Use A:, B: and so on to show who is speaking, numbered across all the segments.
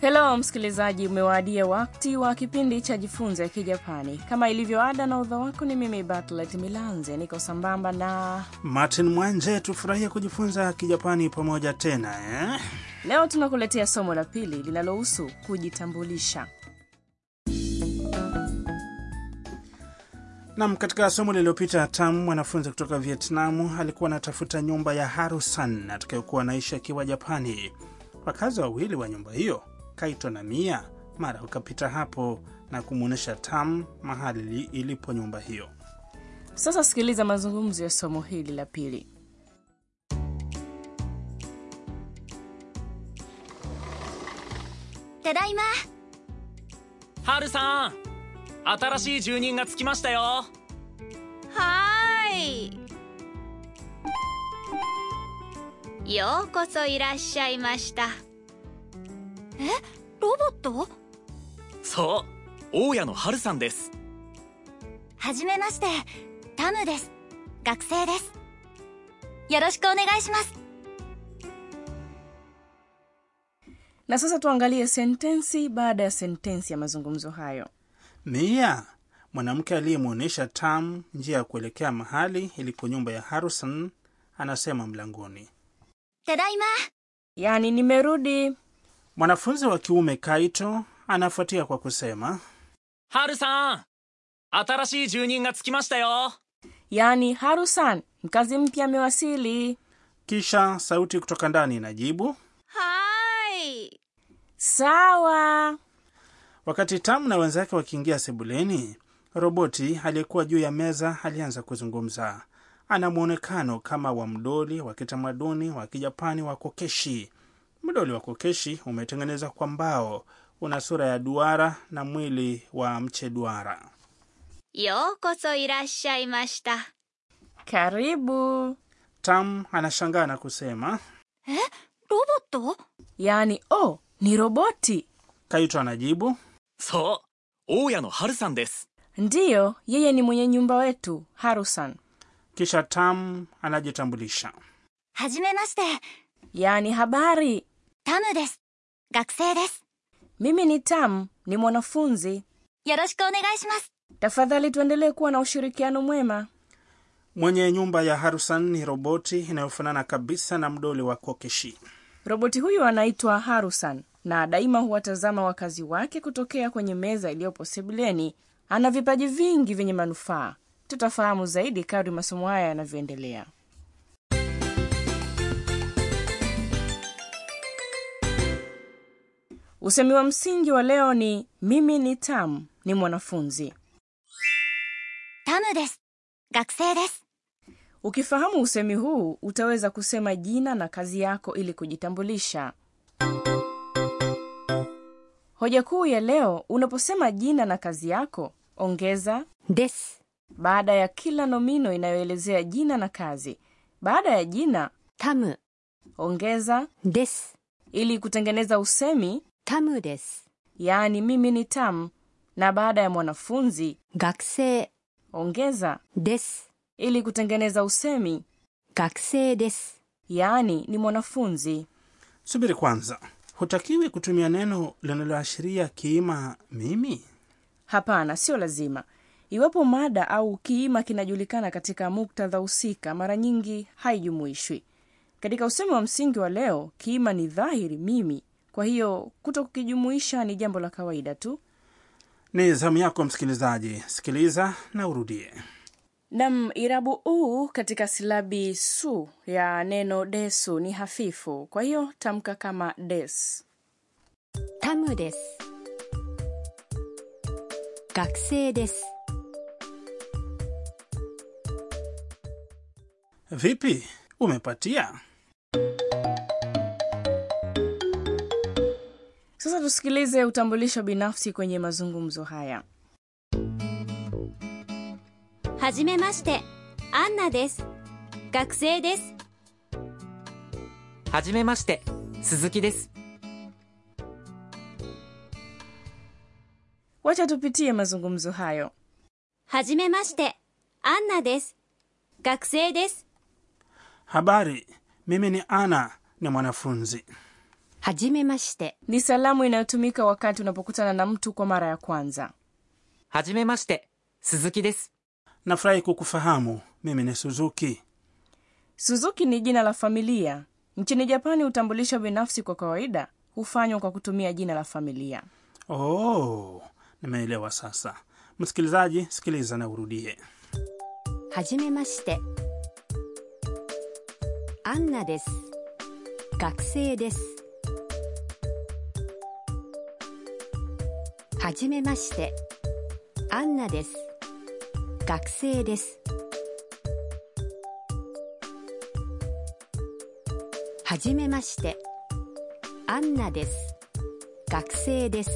A: Helo msikilizaji, umewadia wakati wa kipindi cha Jifunze Kijapani. Kama ilivyo ada, na udha wako ni mimi Batlet Milanze, niko sambamba na
B: Martin Mwanje. Tufurahie kujifunza Kijapani pamoja tena eh?
A: Leo tunakuletea somo la pili linalohusu kujitambulisha.
B: Nam, katika somo lililopita, Tam, mwanafunzi kutoka Vietnamu, alikuwa anatafuta nyumba ya Harusan atakayokuwa anaishi akiwa Japani. Wakazi wawili wa nyumba hiyo, Kaito na Mia, mara wakapita hapo na kumwonyesha Tam mahali ilipo nyumba hiyo.
A: Sasa sikiliza mazungumzo ya somo hili la pili.
C: ただいま
D: ハルさん新しい住人がつきましたよ
C: はーいようこそいらっしゃいましたえロボット
D: そう大家のハルさんです
C: はじめましてタムです学生ですよろしくお願いします
A: Na sasa tuangalie sentensi baada ya sentensi ya mazungumzo hayo.
B: Mia, mwanamke aliyemwonyesha Tam njia ya kuelekea mahali ilipo nyumba ya Harusan, anasema mlangoni.
C: ただいま
A: Yaani, nimerudi.
B: Mwanafunzi wa kiume Kaito anafuatia kwa kusema
D: ハルさん新しい住人がつきましたよ
A: Yaani, Harusan, mkazi mpya amewasili.
B: kisha sauti kutoka ndani inajibu.
C: はーい
A: Sawa.
B: Wakati Tam na wenzake wakiingia sebuleni, roboti aliyekuwa juu ya meza alianza kuzungumza. Ana mwonekano kama wa mdoli wa kitamaduni wa Kijapani wa kokeshi. Mdoli wa kokeshi umetengenezwa kwa mbao, una sura ya duara na mwili wa mche duara.
C: ようこそいらっしゃいました
A: Karibu.
B: Tam anashangaa na kusema.
C: ロボット
A: Yaani, oh, ni roboti.
B: Kaito anajibu.
D: そう大家のハルさんです
A: Ndiyo, yeye ni mwenye nyumba wetu Harusan,
B: Kisha Tam anajitambulisha.
C: はじめまして
A: yaani habari.
C: タムです学生です
A: Mimi ni Tam, ni mwanafunzi.
C: よろしくお願いします
A: Tafadhali tuendelee kuwa na ushirikiano mwema.
B: Mwenye nyumba ya Harusan ni roboti inayofanana kabisa na mdoli wa kokeshi.
A: Roboti huyu anaitwa Harusan na daima huwatazama wakazi wake kutokea kwenye meza iliyopo sebuleni. Ana vipaji vingi vyenye manufaa. Tutafahamu zaidi kadri masomo haya yanavyoendelea. Usemi wa msingi wa leo ni mimi ni Tam, ni mwanafunzi.
C: タムです学生です
A: Ukifahamu usemi huu utaweza kusema jina na kazi yako ili kujitambulisha. Hoja kuu ya leo, unaposema jina na kazi yako, ongeza
C: です。
A: baada ya kila nomino inayoelezea jina na kazi. Baada ya jina
C: タム
A: ongeza
C: です。
A: ili kutengeneza usemi,
C: タムです。
A: yaani mimi ni Tam, na baada ya mwanafunzi
C: 学生
A: ongeza
C: です。
A: ili kutengeneza usemi,
C: 学生です。
A: yaani ni mwanafunzi.
B: Subiri kwanza, hutakiwi kutumia neno linaloashiria kiima mimi.
A: Hapana, sio lazima. Iwapo mada au kiima kinajulikana katika muktadha husika, mara nyingi haijumuishwi katika usemi wa msingi wa leo. Kiima ni dhahiri mimi, kwa hiyo kuto kukijumuisha ni jambo la kawaida tu.
B: Ni zamu yako msikilizaji, sikiliza na urudie.
A: Nam irabu u katika silabi su ya neno desu ni hafifu, kwa hiyo tamka kama des.
C: タムです。学生です。
B: Vipi, umepatia?
A: Sasa tusikilize utambulisho binafsi kwenye mazungumzo haya.
C: はじめまして。アンナです。学生です。
E: はじめまして鈴木です
A: Wacha tupitie mazungumzo hayo.
C: はじめまして。アンナです。学生です。
B: Habari, mimi ni Ana, ni mwanafunzi.
F: はじめまして。
A: ni salamu inayotumika wakati unapokutana na mtu kwa mara ya kwanza
E: はじめまして鈴木です
B: nafurahi kukufahamu mimi ni suzuki
A: suzuki ni jina la familia nchini japani utambulisho binafsi kwa kawaida hufanywa kwa kutumia jina la familia
B: oh nimeelewa sasa msikilizaji sikiliza na urudie
F: はじめまして。アンナです。学生です。はじめまして。アンナです。学生です。はじめまして。アンナです。学生です。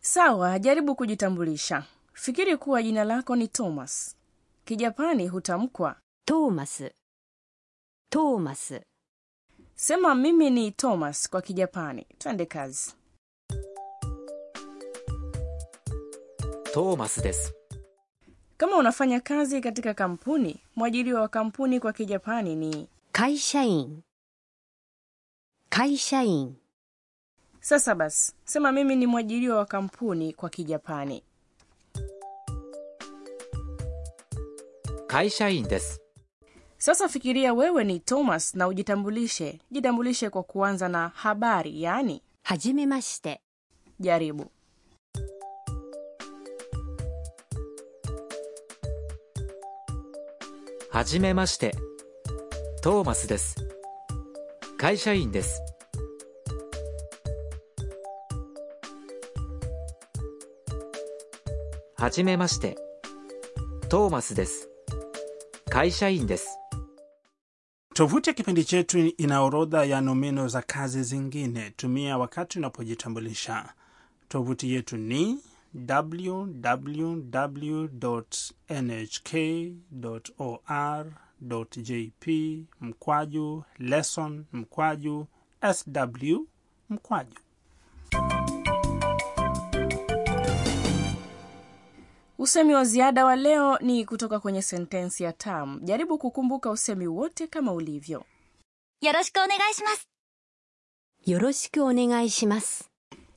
A: sawa jaribu kujitambulisha fikiri kuwa jina lako ni thomas kijapani hutamkwa
F: トーマス。トーマス。
A: sema mimi ni thomas kwa kijapani twende kazi
E: トーマスです
A: kama unafanya kazi katika kampuni mwajiriwa wa kampuni kwa kijapani ni
F: 会社員。会社員。
A: sasa basi sema mimi ni mwajiriwa wa kampuni kwa kijapani
E: 会社員です
A: sasa fikiria wewe ni thomas na ujitambulishe jitambulishe kwa kuanza na habari yaani
F: はじめまして。
A: jaribu
E: はじめましてトーマスです会社員ですはじめましてトーマスです会社員です
B: tovuti ya kipindi chetu ina orodha ya nomino za kazi zingine tumia wakati unapojitambulisha tovuti yetu ni www.nhk.or.jp mkwaju lesson mkwaju sw mkwaju
A: usemi wa ziada wa leo ni kutoka kwenye sentensi ya tam jaribu kukumbuka usemi wote kama ulivyo
C: よろしくお願いします。
F: よろしくお願いします。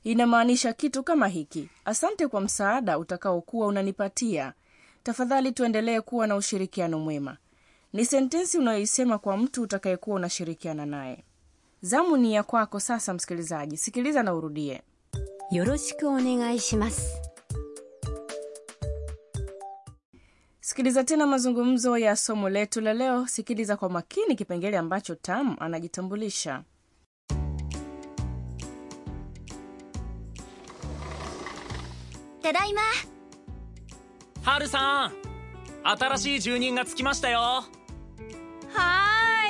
A: inamaanisha kitu kama hiki asante kwa msaada utakaokuwa unanipatia tafadhali tuendelee kuwa na ushirikiano mwema ni sentensi unayoisema kwa mtu utakayekuwa unashirikiana naye zamu ni ya kwako sasa msikilizaji sikiliza na urudie
F: よろしくお願いします。
A: sikiliza tena mazungumzo ya somo letu la leo sikiliza kwa makini kipengele ambacho tam anajitambulisha
C: ただいま。
D: ハルさん新しい住人がつきましたよ
G: は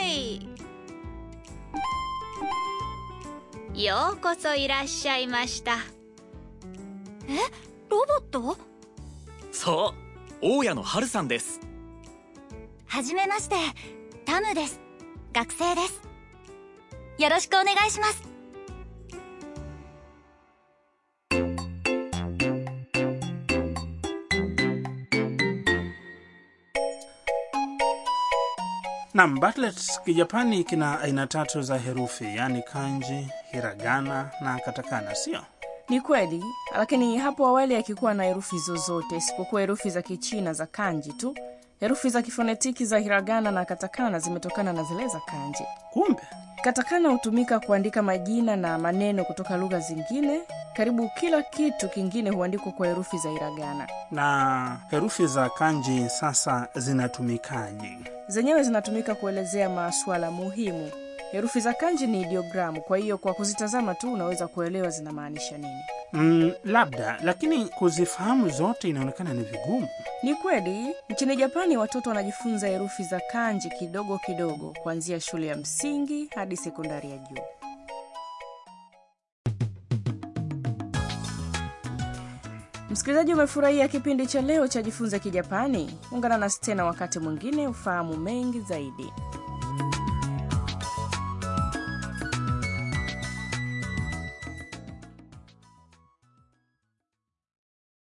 G: ーいようこそいらっしゃいました
C: ロボット
D: そう大家のハルさんです
C: はじめまして。タムです。学生です。よろしくお願いします。
B: nam batlet kijapani kina aina tatu za herufi yaani kanji hiragana na katakana sio
A: ni kweli lakini hapo awali akikuwa na herufi zozote isipokuwa herufi za kichina za kanji tu herufi za kifonetiki za hiragana na katakana zimetokana na zile za kanji
B: kumbe
A: katakana hutumika kuandika majina na maneno kutoka lugha zingine karibu kila kitu kingine huandikwa kwa herufi za hiragana
B: na herufi za kanji sasa zinatumikaje
A: zenyewe zinatumika kuelezea masuala muhimu herufi za kanji ni ideogramu kwa hiyo kwa kuzitazama tu unaweza kuelewa zinamaanisha nini
B: mm, labda lakini kuzifahamu zote inaonekana ni vigumu
A: ni kweli nchini japani watoto wanajifunza herufi za kanji kidogo kidogo kuanzia shule ya msingi hadi sekondari ya juu msikilizaji umefurahia kipindi cha leo cha jifunze kijapani ungana nasi tena wakati mwingine ufahamu mengi zaidi